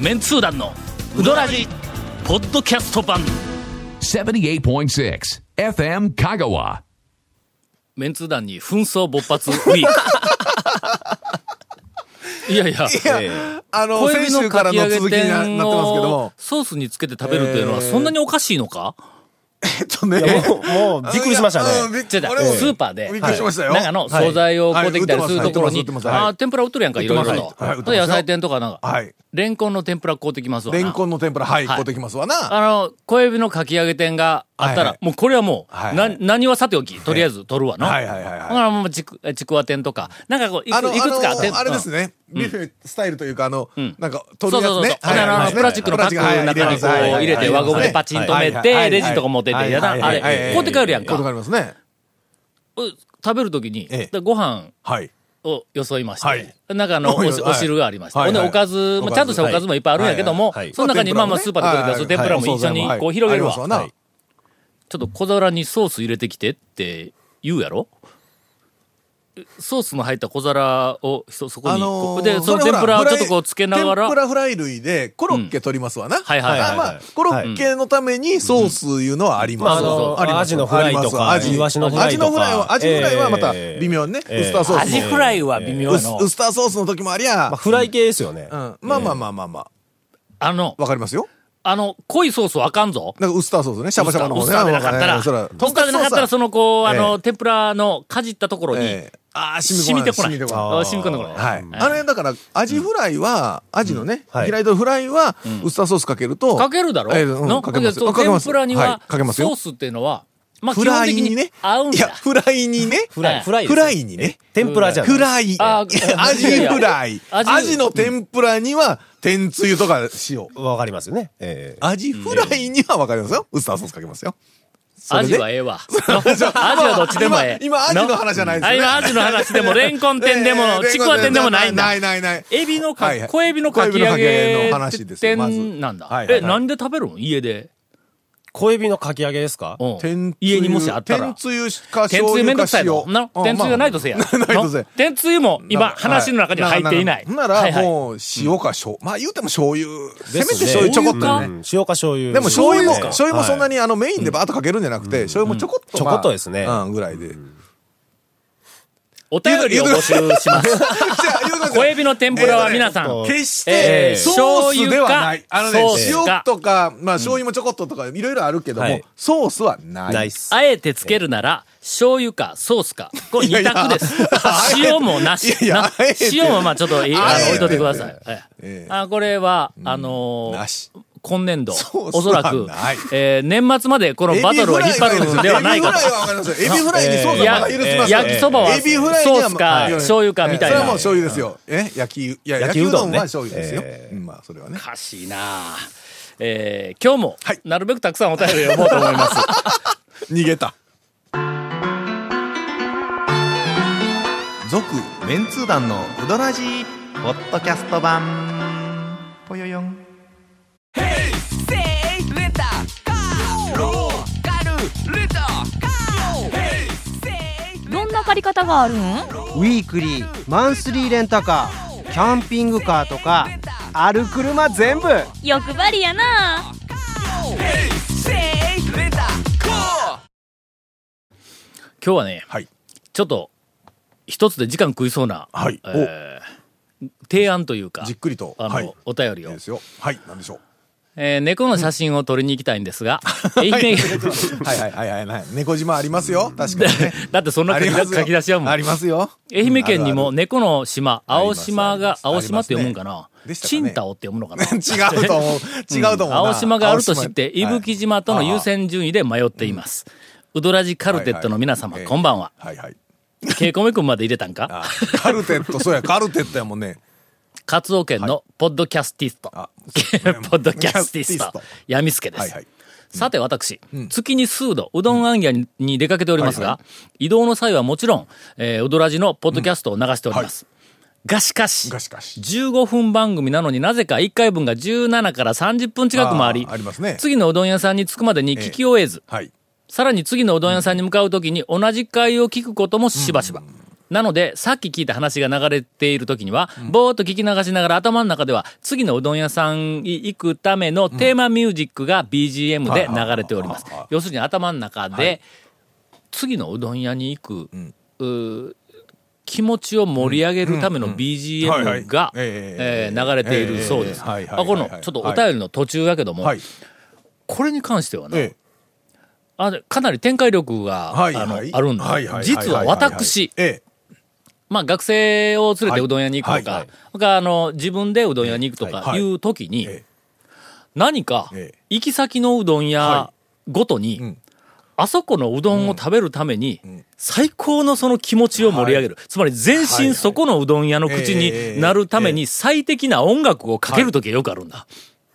メンツー団のウドラジポッドキャスト版78.6 FM Kagawa. メンツー団に紛争勃発ウィーク いやいやあの、小先指の週かからきの揚げ続きにななって店ますけどをも。ソースにつけて食べるというのはそんなにおかしいのかえっとね。もう、びっくりしましたうんね。びっ違う違う俺もスーパーでびっくりしましたよ。なんかの惣菜をこうできたりするところはい売にってま、すはいああー、天ぷら売っとるやんか、いろいろ売ってますはいはい売っと。てますよ野菜店とかなんか、はい。レンコンの天ぷら買うてきますわな。レンコンの天ぷら、はい、はいこうできますわな。あの、小指のかき揚げ店があったら、はいはいもうこれはもう、はいなはい何はさておき、とりあえず取るわな。はいはいはいはいほらもうちく、ちくわ店とか、なんかこう、いくあの、いくつかあ店の、あれですね。ビュッフェスタイルというか、あの、なんか、取そうるやそうそつう。ね。はいあのあはいはのいプラスチックのパックの中にこうはいはいは入いれて、輪ゴムでパチンとめはいはて、いレジとか持ってって、やだ、はいあはいれ、はいはい買うて帰るやんことがか。ありますね。う食べるときにええ、でご飯はい。を装いましはいて、なんかあの、おはいお汁がありまして、はほいんではいおかず、まあちゃんとしたおかずもいっぱいあるんやけどもはいはい、その中にまあまあスーパーで買うてきた天ぷらも一緒にこう広げるわ。はいはいちょっと小皿にソース入れてきてって言うやろソースの入った小皿をそそこに、あのーでそのれ天ほらぷらをフちょラっイとこうつけながら天ぷらフライ類でコロッケ取りますわな。はいはいはいはいあまあ、コロッケのためにソースいうのはありままあ、あす。の、ありまアすジのフライとか、ありますイワシのフライとか。アジのフライは、アジフライはまた微妙にね、えーウスターソースアもジフライは微妙やのウスウスターソースの時もありゃ、まあ、フライ系ですよね。うん、まあまあまあまあまあ、あのわかりますよ。あの濃いソースはあかんぞなんかウスターソースね、シャバシャバのウ方スね。ターでなかったら、うんそらウスターでなかったら、その、こう、あの、ええ天ぷらのかじったところに、ええあー染染みみててここな。ないい染み込あーんでこない。はいえ。えあれ、だから、アジフライは、アジのね、はい開いたフライは、ウスターソースかけると、かけるだろ、ええうんのかけますそよ。のかけま天すぷらにはは、いかけますソーよ。スっていうのは、まあ、基フ本ラ的イににね。合うんいや、だ。フライにね。フライ、フライ。フライにね。天ぷらじゃない。フライ。あアジーフライ。アジアジの天ぷらには、天つゆとか塩。わかりますよね。ええアジフライにはわかりますよ。ウスターソースかけますよ。アジはええわ。の アジはどっちでもええ。今、今アジの話じゃないですあよね。今アジの話でも、レンコン店でも、ちくわ店でもないんだな。いないない。エビのか、はいはい小エビのかき揚小エビのかき揚げげの話ですよまず店なんだ。はいはいえ、なんで食べるん家で。小エビのかき揚げですかうん天つゆ家にもしあったら。天つゆか天醤つゆめ油んどかくさいの。塩。な、天つゆがないとせや。うんまあ ないとせやの天つゆも今、話の中には入っていない。ほんなはら、いはいもう、塩か醤油。まあ、言うても醤油。せめてです醤ね油ちょこっとかね。うん塩か醤油。でも醤油も、ですね醤油もそんなはいにあのメインでバーッとかけるんじゃなくて、醤油もちょこっと。ちょこっとですねうん、ぐらいで。じお便りを募集します。ゃあ、言うてくだ小さいエビの天ぷらは皆さん、決しえて、ーソースではない。あのね醤、油塩かとか、まあ、醤油もちょこっととか、いろいろあるけどはもい、ソースはない。ナイス。あえてつけるなら、醤油かソースか。これ二択ですいやいや。塩もなし。いやいやなあえて塩もまあちょっと、いああえの、て置いといてください。はいええあこれは、あのーなし今年度ソー、スおそらくはない、えー年末までこのバトルを引っ張るのではないかエビフライと。はわかりますよエビフライにソースいはやまだ許せますよ焼きそばはエビフライにソはースかはい醤油かみたいそれなはもう。醤油ですよ。え焼き、いや、焼焼ききううどどんんねは醤油ですよえ。うんまあ、それはねお。かしいなあえー今日もはい、なるべくたくさんお便りを読もうと思い ます。逃げた。続、メンツー団のウドラジーポッドキャスト版ぽよよんどんな借り方があるんウィークリーマンスリーレンタカーキャンピングカーとかある車全部欲張りやな今日はね、はい。ちょっと、一つで時間食いそうな、はい。お、えー提案というかじっ、くりと。あはい。の、お便りいいをで。すよ。はい。なんでしょう。えー猫の写真を撮りに行きたいんです が、愛媛県、はいはいはいはいはい。猫島ありますよ。確かに ね。だってそんなあ書りき出ますよ書き出しはもうありますよ。 愛媛県にもうん猫の島、あり青ます島が、あり青ます島って読むんかなありましたねチンタオって読むの かなあるある違 うと思う。違うと思うな。青島があると知って、伊青島吹島との優先順位で迷っています。ウドラジカルテットの皆様、はいはいこんばんは。はいはい。ケイコメ君まで入れたんか あカルテット、そうや、カルテットやもんね。カツオ県のポッドキャスティスト。あ ポッドキャスティスポッドキャスティストト。やみすけではいすは。い。さて私、月に数度、うどんあんぎゃにに出かけておりますが、は移動の際はもちろん、えー、うどらじのポッドキャストを流しております。がしかし、がしかし15分番組なのになぜか1回分が17から30分近くもあり、あーありますね次のうどん屋さんに着くまでに聞き終えず、はい。さらに次のうどん屋さんに向かうときに同じ回を聞くこともしばしば。なので、さっき聞いた話が流れている時には、ぼーっと聞き流しながら頭の中では、次のうどん屋さんに行くためのテーマミュージックが BGM で流れております。要するに頭の中で、次のうどん屋に行く、うー気持ちを盛り上げるためのはいはい BGM が、えええー流れているそうです。ええはいはいはいあこの、ちょっとお便りの途中やけども、はい。これに関してはね、えあのかなり展開力が、はいあのはいあるんで、はいはい実は私、え。えまあ、学生を連れてはいうどん屋に行くとか、はいはいそれからあの自分でうどん屋に行くとかはいいう時に、ええ何かええ行き先のうどん屋はごとに、んあそこのうどんを食べるために、最高のその気持ちを盛り上げる、つまり全身そこのうどん屋の口になるために最適な音楽をかける時がよくあるんだ。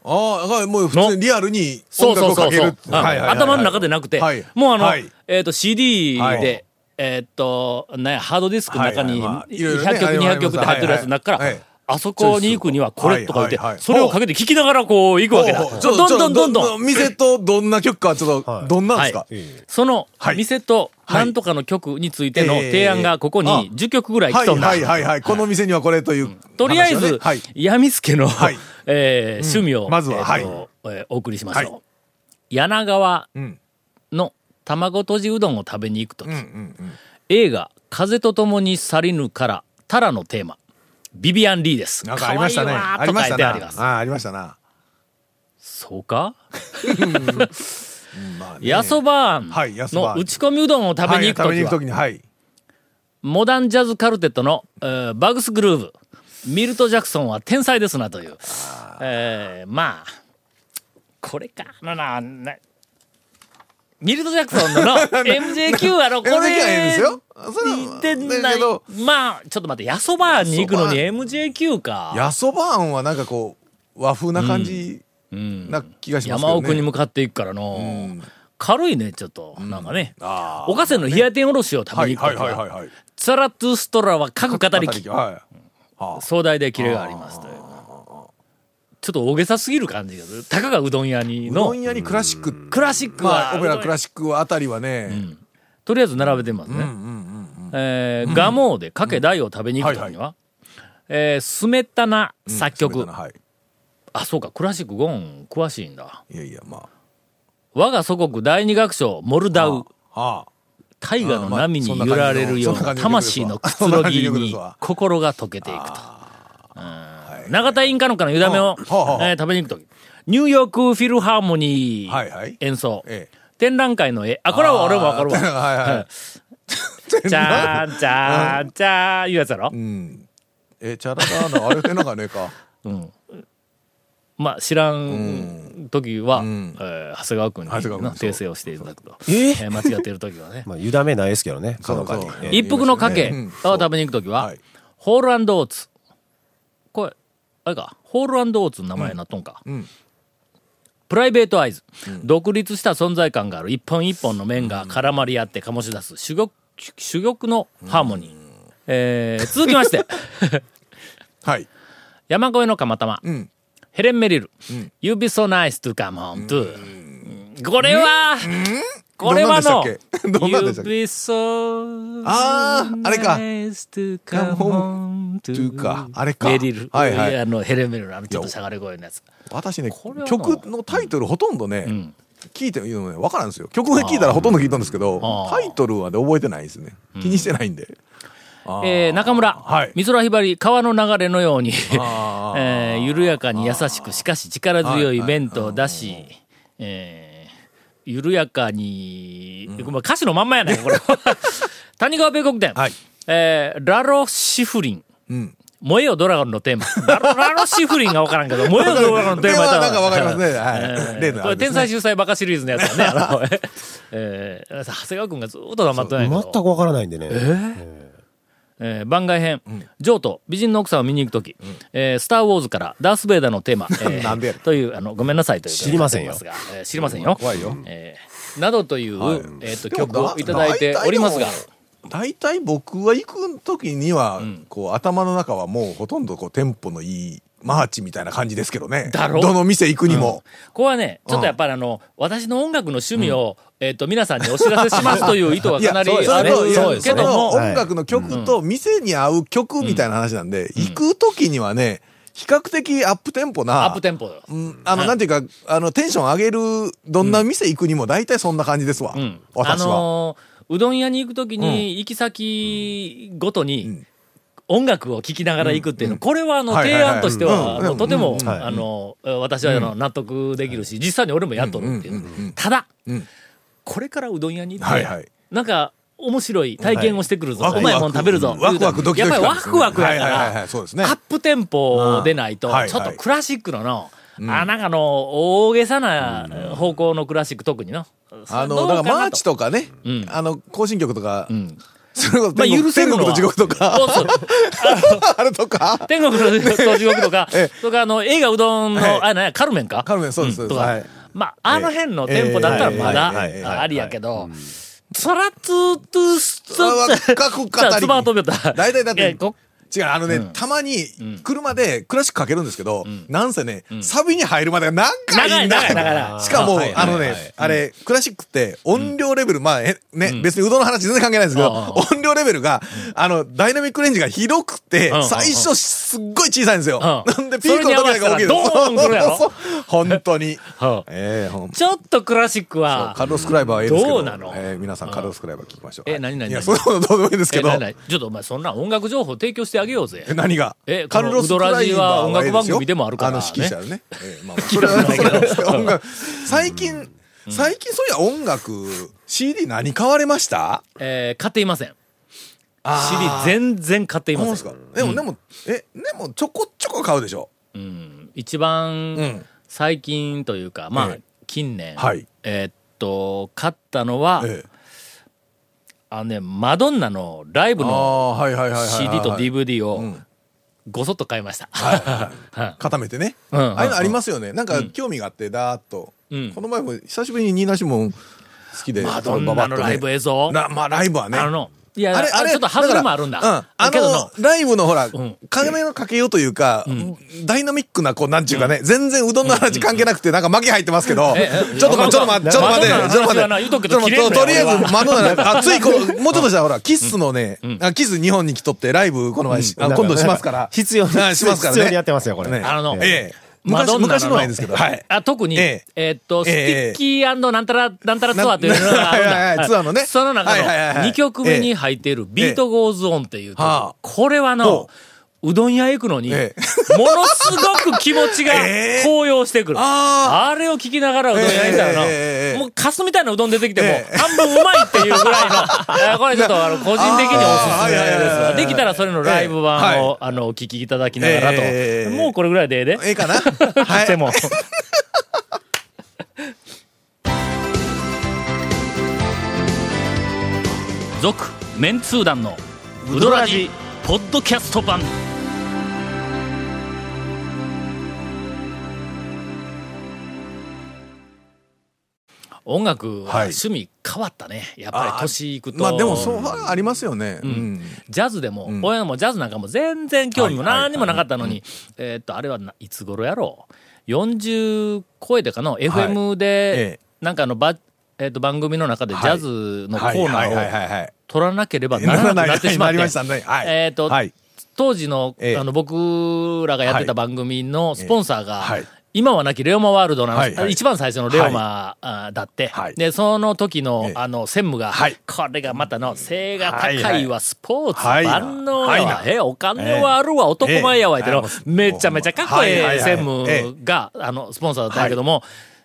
ああ、だからもう普通にリアルにそ音うそうそ楽をかうけそるう。あ頭の中でななくて、はいもうあの、はいえっ、と CD で、はいえっ、と、ね、ハードディスクの中にはいはいまあ100いろいろね曲、あれはありま200す曲って入ってるやつの中かはいらはい、あそこに行くにはこれとか言ってはいはいは、いそれをかけて聴きながらこう行くわけだ。どんどんどんどん。店とどんな曲か、ちょっはと、いどんなんですはかいそのはい店となんとかの曲についての提案がここはいに10曲ぐらい来はいとんだ。はいはいはい。この店にはこれという話をね。とりあえず、はい。やみつけの、はいえー趣味を、まずはえーとえーお送りしましょう。柳川んの卵とじうどんを食べに行くとき、うん映画、風と共に去りぬから、タラのテーマ、ビビアン・リーです。なんかありましたね。可愛いわあーりとま書しいたてな。あります。ああ、ありましたな。そうかまあねヤソバはいーヤンソバーのン打ち込みうどんを食べに行くはといきは食べに行く、時に、はい。モダンジャズカルテットの、えーバグスグルーブ、ミルト・ジャクソンは天才ですなという。えーまあ、これか。なな、なミルト・ジャクソンのの MJQ はの、ここれがええんれですよ。それ似はてなだいけど。まあ、ちょっと待って、ヤソバーンに行くのに MJQ か。ヤソバーンはなんかこう、和風な感じな気がしますけ山どね。奥に向かっていくからの、軽いね、ちょっと。なんかね。あおかせの冷や天おろしをあ食はべいに行くはときいはいはいは、はい。ツァラトゥストラは各語りき。はい。壮大でキレがありますというちょっと大げさすぎる感じがするたかがうどん屋にうどのん屋にクラシック。クラシックまは、あ、オペラクラシッシックあたりはね、クとりあえず並べてますね、えー蒲生でかけ大を食べに行くときには、えースメタナ作曲、そうだなはい。あそうかクラシックゴン詳しいんだいやいや、ま我が祖国第二楽章モルダウあ。は大河の波に揺られるような魂のくつろぎに心が溶けていくと。うん永田インカノカの湯だめを、えはあはあはあー食べに行くとき、ニューヨークフィルハーモニはいはいー演奏、ええ展覧会の絵、あ、これは俺もわかるあーはいはいわ。うんじゃーん、じゃーん、じゃーん、いうやつやろ、あ。え、チャラダーナ、あれってなんかねえか。まあ、知らん時は、んえー長谷川君にな長谷川君そう訂正をしていただくと。ええー間違ってる時はね。まあ、ゆだめないですけどね、そのうそ代うわり。え え一服の賭けを食べに行くときは、はいホールオーツ。これ、あれか、ホールオーツの名前になっとんか。プライベートアイズ、独立した存在感がある一本一本の面が絡まり合って醸し出す珠玉珠玉のハーモニー。えー続きま して、はい。山越えの釜玉、んヘレン・メリル、You be so nice to come home to、これは、これはの、どんなんでしたっけどんなんでしたっけ You be so あーあれか nice to come home to to かあれかメリル。はいはいあの、ヘレン・メリルのあのちょっとしゃがれ声のやつ。私ねれは、な曲のタイトルほとんどね、聞いてるのね、わからんですよ。曲が聞いたらほとんど聞いたんですけど、あータイトルはね、覚えてないですね。気にしてないんで。えー中村、はい美空ひばり、川の流れのように、あーえー緩やかに優しく、しかし力強い面と出し、えー緩やかに、まあ歌詞のまんまやね これは。谷川米国店、はいえーラロシフリン、ん燃えよドラゴンのテーマ。ラロラロシフリンがわからんけ ど、燃えよドラゴンのテーマやったなんかわかりますね。は えい。ー例のあれで天すね才秀才バカシリーズのやつだね。あのえー長谷川君がずっと黙ってないけど。全くわからないんでね。えー番外編、ジョーと美人の奥さんを見に行くとき、えースター・ウォーズからダース・ベイダーのテーマ、えーなんでやねんという、あの、ごめんなさいという知りませんよことになってますがえー知りませんよ。怖いよえーなどという、えーと、曲をいただいてでもおりますが、。大体大体僕は行く時には、こう頭の中はもうほとんどこうテンポのいいマーチみたいな感じですけどね。だろどの店行くにも。ここはね、ちょっとやっぱりあの、私の音楽の趣味を、えっと、皆さんにお知らせしますという意図はかなりいやあそれるといやそうですけそどのも、音楽の曲と店に合う曲みたいな話なんで、行く時にはね、比較的アップテンポな。アップテンポだ。うんあはの、いなんていうか、あの、テンション上げる、どんな店行くにも大体そんな感じですわ。うん。あ私は。のーうどん屋に行くときに、行き先ごとに、音楽を聴きながら行くっていうの、これはあの、はいはい提はい案としては、うんあのとても、うんはいあの、私はあの納得できるし、実際に俺もやっとるっていう。うんうんうんうんただ、んこれからうどん屋に行って、はいはいなんか、面白い体験をしてくるぞ。はいお前もん食べるぞ。ワクワクドキドキやっぱり感ワですねクワクやから、はいはいはいそうですねアップテンポでないと、うんはいはいちょっとクラシックのの、あ、なんかの、大げさな方向のクラシック特にの。あどの、うだなからマーチとかねん、あの、行進曲とかう、んそれこそまあ天許国、せるの天国はと地獄 とか、そうそう。 あれとか、、天国の と地獄とかえとか、あの、映画うどんの、はいあれなんやカルメンかカルメンそうですんとそうですか、はいまあ、あの辺の店舗だったらまだ、ええはいはいはいありやけど、そらつーつーすそれはつかっこ語りさあつばを飛べた。大体だってええこ違う、あのね、うんたまに、車でクラシックかけるんですけど、なんせね、んサビに入るまでが長いんだ長い長い長いしかも、はいはあいのはいね、あれ、クラシックって音量レベル、まあ、えね、ん別にうどんの話全然関係ないんですけあど、音量レベルが、あの、ダイナミックレンジが広くてうんうん、最初すっごい小さいんですよ。んなんでピークの時だけ大きそれに合わせたらいです。ドーン来るやろ 本当に。はあええ、ほんちょっとクラシックは、カルロス・クライバーはいいですけど。どうなのえー皆さん、カルロス・クライバー聞きましょう。えはい何々いや、そんなことどうでもいいですけどえ。ないないちょっとお前そんな音楽情報提供してあげようぜえ。何がえこのウドラジは音楽番組でもあるからねあの指揮者ね。ええま あまあ、それは、それはそれは音楽。最近、最近そういや音楽、CD 何買われましたえー買っていません。CD あー全然買っていまそうせん。ですか。でも、でも、え、でもちょこちょこ買うでしょ。一番、うん最近というか、まあ、ええ近年、はいえーっと、勝ったのは、ええあのね、マドンナのライブのあー、はいはいはいはいはい。 CD と DVD をんごそっと買いました。 はい固めてね。うんああいうのありますよね。なんか興味があって、だーっと。うんこの前も久しぶりにニーナシモン好きで。マドンナのライブ映像、なまあ、ライブはね。あの、いや、あれちょっとハードルもあるんだ。からうん。けどあのの、ライブのほら、ん金のかけようというか、ダイナミックな、こう、なんちゅうかね、全然うどんの話関係なくて、なんか巻き入ってますけどええ、ちょっと待って、ちょっと待って、ちょっと待って、ちょっとマドンナの話はな待言っうとくけて、ちょどっ切れんのよと待ってとりあえ俺はず、マドンナ、あ、ついこう、もうちょっとしたら、ほら、キッスのね、あキッス日本に来とってライブ、この前し、あ今度しますから。必要にあしますからね。必要にやってますよこれねあののええ。マド昔ンナの昔のないですけど、はい。あ特に、ええーっと、ええスティッキーなんたら、なんたらツアーというのがあるんだ。なはいはいはいツアーのねその中はいはいはいのはい2曲目に入っているビートゴーズオンっていう曲、ええはあこれはのほ、うどん屋行くのに、えものすごく気持ちが ええ高揚してくる。ああれを聞きながらうどん屋行ったらの、ええええええもうカスみたいなうどん出てきても、ええ半分うまいっていうぐ らいの、えーこれちょっとあの個人的におすすめあーはいはいはいはいです。できたらそれのライブええ版はを、あの、お聞きいただきながらと。ええもうこれぐらいでええで。ええかなはでい。も。続、メンツー団の、ウドラジ、ポッドキャスト版。音楽ははい趣味変わったね。やっぱり年いくと。まあでも、そうはありますよね。うん。ジャズでも、ん俺らもジャズなんかも全然興味も何にもなかったのに、えーっと、あれはないつ頃やろう。40超えてかの、FM でえ、なんかあの、ば、えーっと、番組の中でジャズのコーナはいはいはいーをはいはい。取らなければならなくなってしまっ なりましたて。ね。はい。えーっとはい。当時の、ええあの、僕らがやってた番組のスポンサーが、はい今はなきレオマワールドの、はいはい一番最初のレオマ、あだって、はいで、その時の、ええあの、専務が、はいこれがまたの、背が高はいいわ、はスポーツ、はいな万能やはいわな、ええお金はあるわ、男前やわ、言っての、ええめちゃめちゃかっこえはいはいえはい専務が、あの、スポンサーだったんやけども、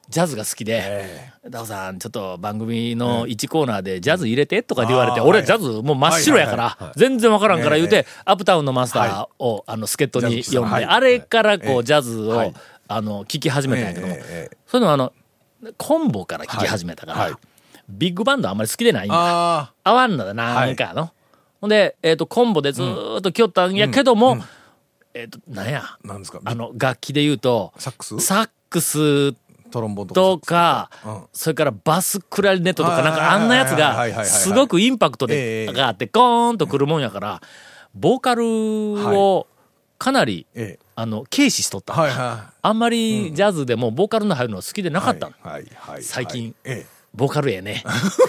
ジャズが好きで、ダオさん、ちょっと番組の1コーナーでジャズ入れてとかって言われて、あー俺はいジャズもう真っ白やから、全然わからんから言うて、アップタウンのマスターを、あの、助っ人にジャズ呼ん喫茶のはで、いあれからこえう、えジャズを、はいあの、聞き始めたんやけども、ええええそういうのはあの、コンボから聞き始めたから、はいはいビッグバンドあんまり好きでないんだ。あ合わんのだな、はいなんかの。ほんで、えっ、と、コンボでずーっと来よったんやけども、えっ、と、なんや、あ、なんですか。あの、楽器で言うと、サックスサックストロンボーンととか。かうん、それからバスクラリネットとか、はいなんかあんなやつはいはいはいはが、いすごくインパクトえで、えがあって、ゴーンとくるもんやから、ボーカルをかなりええあの軽視しとった、はいはあんまりジャズでもボーカルの入るの好きでないかったの、はいはいはいはい最近えボーカルええね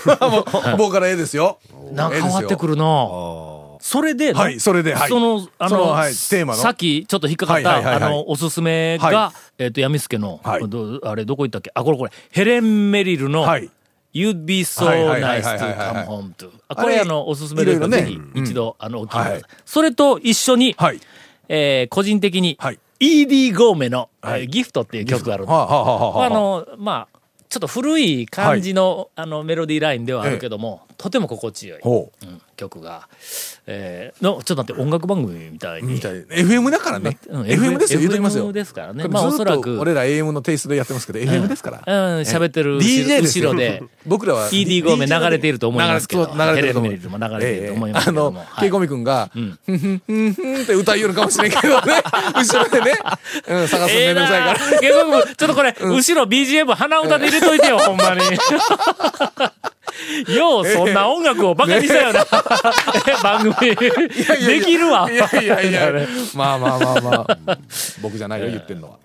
えもうボーカルええ ですよなんか変わってくるるのそれで、はいそれではいそのあそののはいテーマのさっきちょっと引っかかった、はいはいはいはいあのおすすめが、はえっ、とやみすけの、はいどあれどこ行ったっけあこれこれヘレン・メリルの、はい You'd be so はいはいはい nice はいはい to は come い home to. あこれあれあの、おすすめですからいろいぜろねひうん一度、あの、お聞きください,、はいそれと一緒に、はいえー個人的に、はい ED ゴーメの、えーはいギフトっていう曲があるんですはあはあはあはあのまあちょっと古い感じの,、あのメロディーラインではあるけども、とても心地よい、ほううん曲が、えーのちょっと待って音楽番組みたいにみたい FM だからね、うん FM ですよ言うときます FM よですからねこれまあおずそっらとく俺ら AM のテイストでやってますけど、FM ですから、うん喋ってる DJ です後よろ で僕らは ED ゴーメ流れていると思いますけど流れそう流れてると思うヘレンメリルも流れていると思いますけあどのも、はいケイコミ君が、ふんふんふんふんって歌いよるかもしれんけど ね、後ろでね、うん、探すのえめえんどくさいなから。ーゲーム部ちょっとこれ、後ろ BGM 鼻歌で入れといてよ、ほんまに。 よう、そんな音楽をバカにしたよな、 番組。いやいやできるわ。いやいやいや、ま あまあまあまあ、僕じゃないよ、言ってんのは。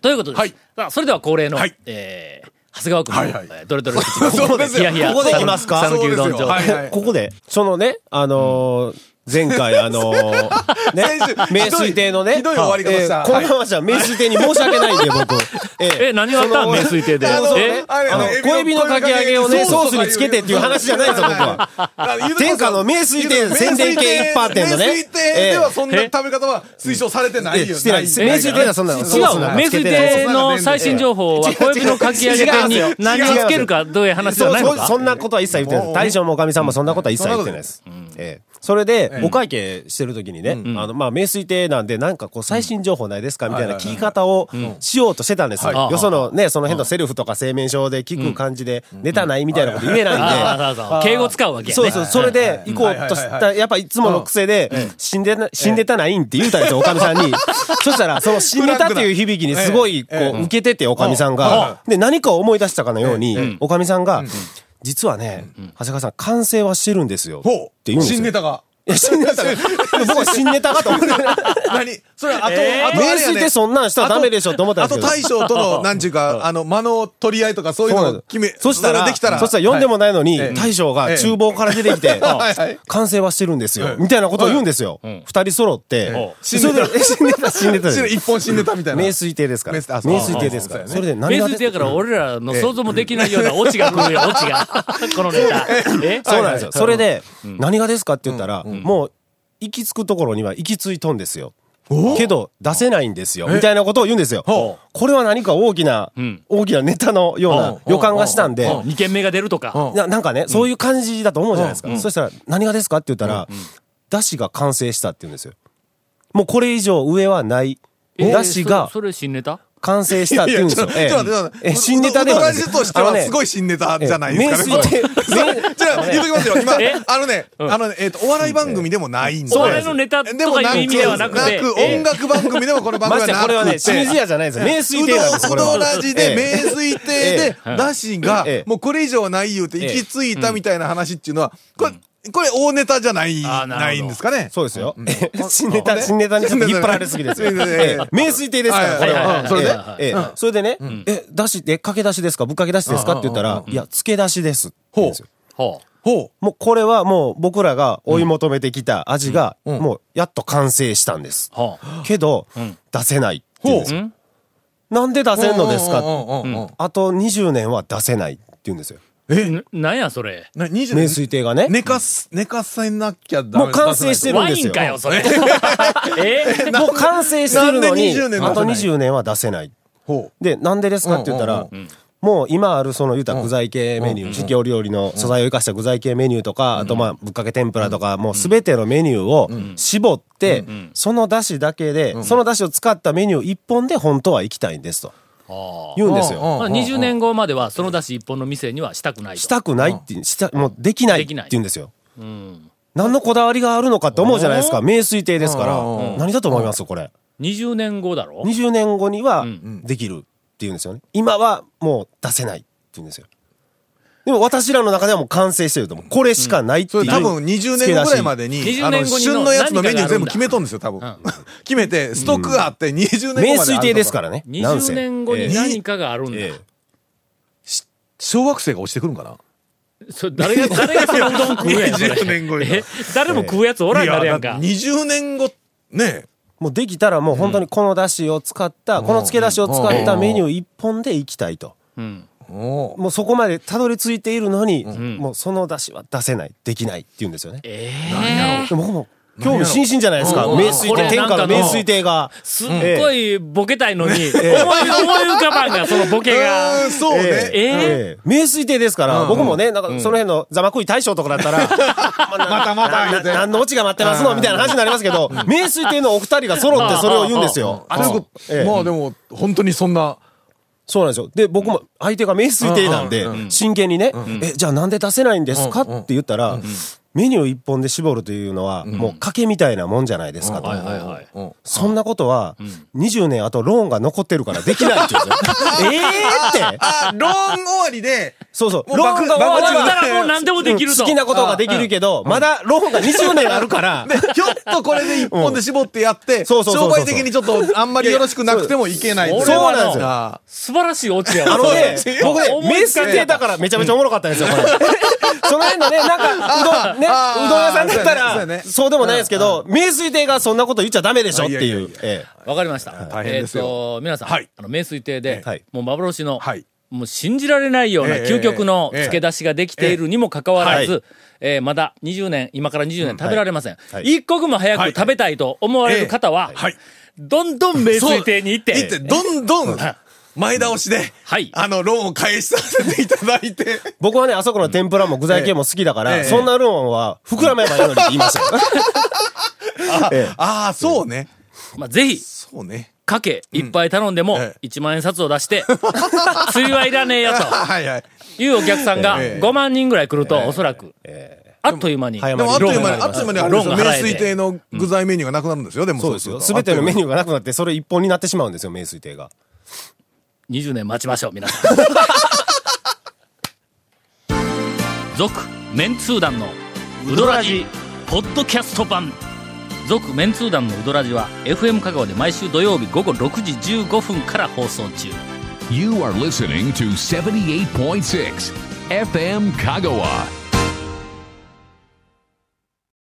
ということです。はいさあそれでは恒例の、はいえー長谷川君の、はいはいえーどれどれ口のそうですよいやいやここでいきますか讃岐うどんそうですよ場はい ここで、そのね、あのー前回、あのーね 先週、名水亭のね、ひどいひどい終わり方したえーこのままじゃ名水亭に申し訳ないんで、僕。え何があったその名水亭であのそうえあれあのエビの小エビのかき揚げをね、ソースにつけてっていう話じゃない ですよ、僕は。は天下の名水亭宣伝系一般店のね名水亭ではそんな食べ方は推奨されてないよ。えしてないですな名水亭ではそんなの違うの、名水亭の最新情報は、小指のかき揚げ店に違う違う何をつけるかどういう話じゃそうないのそうか。そんなことは一切言ってないです。大将もおかみさんもそんなことは一切言ってないです。ええそれで、お会計してるときにね、あの、まあ、名水亭なんで、なんかこう、最新情報ないですかみたいな聞き方をしようとしてたんですよ。はいよそのね、その辺のセルフとか製麺書で聞く感じで、ネタないみたいなこと言えないんで。ああ、そうそう。敬語使うわけやね。そうそう、それで行こうとしたら、やっぱいつもの癖で、死んでな、死んでたないんって言うたんですよ、おかみさん に。そしたら、その死んでたっていう響きにすごい、こう、受けてて、おかみさんが。で、何かを思い出したかのように、おかみさんが、実はね、長谷川さん、完成はしてるんですよ。ってほ言うんう、ですよ。新ネタ が。いや、死んでた。僕は死んでたかと思 って。何それ、あと、あとあれや名ね、水ってそんなんしたらダメでしょと思ったんあですとけど。大将と の、なんちゅうか、あの、間の取り合いとかそういうそうなのんをで決め、すそしたら、できたら。そしたら呼んでもないのに、はいええ大将が厨房から出てきて、はいはい完成はしてるんですよ、ええみたいなことを言うんですよ。ん二人揃って、え死んでた、死んでた、死んでた。死ぬ一本死んでたみたいな。名水亭ですから。名水あそう名水亭ですから。あそそうそうれで何名が水亭やから俺らの想像もできないようなオチが来るよ、 オチが。このネタ。えそうなんですよ。それで、何がですかって言ったら、もう、行き着くところには行き着いとんですよ。けど、出せないんですよ。みたいなことを言うんですよ。これは何か大きな、大きなネタのような予感がしたんで、 2軒目が出るとか。いやなんかね、そういう感じだと思うじゃないですか。そしたら、何がですかって言ったら、だしが完成したって言うんですよ。もうこれ以上上はない。えだしがそそれ新ネタ完成したってい言うやちんですょっよと。待って、ちょっと待ってえええ新ネタでうどんはラジとしてはすごいい新ネタじゃないですか名ね。 水亭、じゃあ、言っときますよ。今え、あのね、あのね、えっと、お笑い番組でもないんで。それのネタとかいう意味ではなくてでもな音楽番組でもこの番ま組しはなくてて。これはね、清水屋じゃないですよ。名水う亭どなんです、これん、うどんは。ラジで、ええ名水亭で、だしがええ、もうこれ以上ない言うて、行き着いたみたいな話っていうのは、これ、これ大ネタじゃない、あーなるほどないんですかね。そうですよ。新ネタ、新ネタにちょっと引っ張られす ぎですよ。新ネタねええ名水亭ですから、これはいはいはは。いそれではいはいええそれでね、え、だしって、かけだしですかぶっかけだしですかって言ったら、いや、漬けだしですって言うんですよ。ほう。ほもうこれはもう僕らが追い求めてきた味が、もうやっと完成したんです。ほう。けど、出せないって言うんですよ。なんで出せんのですう。うかんうんうんうん。あと20年は出せないって言うんですよ。ななんやそれ。な、20名水亭がね。寝かす、寝かせなきゃダメもう完成してるんワでイすンよか。よ、それ。 え もう完成してるのに、なんで20年はあ出せとない20年は出せない。ほで、なんでですかって言ったうんらう、もう今あるその言うたら具材系メニュー、四季折々の素材を生かした具材系メニューとか、あとまあぶっかけ天ぷらとか、もうすべてのメニューを絞って、その出汁だけで、その出汁を使ったメニュー一本で本当は行きたいんですとあ言うんですうんうんよ。まあ20年後まではその出汁一本の店にはしたくないと。したくないって、した、もうできないでっきてない言うんですよ。何のこだわりがあるのかって思うじゃないですか。名水亭ですからうんうんう。何だと思いますこれ。 20年後だろ20年後にはんできるって言うんですよね。今はもう出せないって言うんですよ。ででも私らの中ではもう完成してると思う。これしかないってい。そうれ多分20年後ぐらいまで付に、け出しあの、 20年後に旬のやつのメニュ何かがー全部あるんだ決めとんですよ、多分。 決めて、ストックがあって20年後まである名とか。水亭ですからね。なんせ20年後に何かがあるんだ。え小学生が落ちてくるんかなそれ誰が、誰がそのうどん食うやん。それ20年後にえ誰も食うやつおらんなるやんいやだかって。20年後、ねもうできたらもう本当にこの出汁を使った、この漬け出汁を使ったメニュー一本でいきたいと。うん。え。おうもうそこまでたどり着いているのに、もうその出汁は出せない、できないって言うんですよね。ええ。でも僕も興味津々じゃないですか。うん名水これ亭、天な下のんかの名水亭が。すっごいボケたいのに、思い、思い浮かばんが、そのボケうが。んそうね。ええええ名水亭ですから、僕もね、なんかその辺のざまくい大将とかだったら、またまた、何のオチが待ってますのみたいな話になりますけど、名水亭のお二人が揃ってそれを言うんですよ。あそういうことええまあでも、本当にそんな、そうなんですよ。で、僕も相手が名水亭なんで、真剣にね、え、じゃあなんで出せないんですかって言ったら、メニュー一本で絞るというのは、もう賭けみたいなもんじゃないですかと。はいはいはい。うんそんなことは、20年後ローンが残ってるからできないって言うんですよ。ええってあ、ローン終わり で、そうそう。もうローンが終わ爆終わ爆っったたらもう何でもできると。好きなことができるけど、まだローンが20年ある から、ひょっとこれで一本で絞ってやって、そうそうそう商そう売的にちょっとあんまりよろしくなくてもいけない。そうそうなんですよあ素晴らしいオチやわあのねそれ、僕ね、思い名つかん水亭だからめちゃめちゃおもろかったんですよ、 これ。その辺のね、なんか、うどん、ね、うあーどん屋さんだったそうやねら、そうでもないですけど、名水亭がそんなこと言っちゃダメでしょっていやいいやう。ええわかりました。大変ですよえっ、と、皆さん、はいあの、名水亭で、はいもう幻の、はいもう信じられないようなええ究極のええ付け出しができているにもかかわらはず、えーまだ20年、今から20年食べられません。はい一刻も早く食べたいと思われる方は、ええはいどんどん名水亭に行って、行って、どんどん、前倒しで、はいあの、ローンを返しさせていただいて、僕はね、あそこの天ぷらも具材系も好きだかええええら、そんなローンは膨らめばいいのにって言いま したよ。ええああ、そうね。まあ、ぜひ、そうね。かけ、いっぱい頼んでも、ええ1万円札を出 して、釣り はいらねえよはいはい。というお客さんがええ5万人ぐらい来ると、おそらく、あっという間に、早でまもあっという間に、ローンがあっという間にあれロでーすンがよ、払名えて水亭の具材メニューがなくなるんですよ、でも そうですよ。するべとてのメニューがなくなって、それ一本になってしまうんですよ、名水亭が。 20年待ちましょう皆さん 続メンツー団のウドラジポッドキャスト版続メンツー団のウドラジは FM 香川で毎週土曜日午後6時15分から放送中 You are listening to 78.6 FM Kagawa.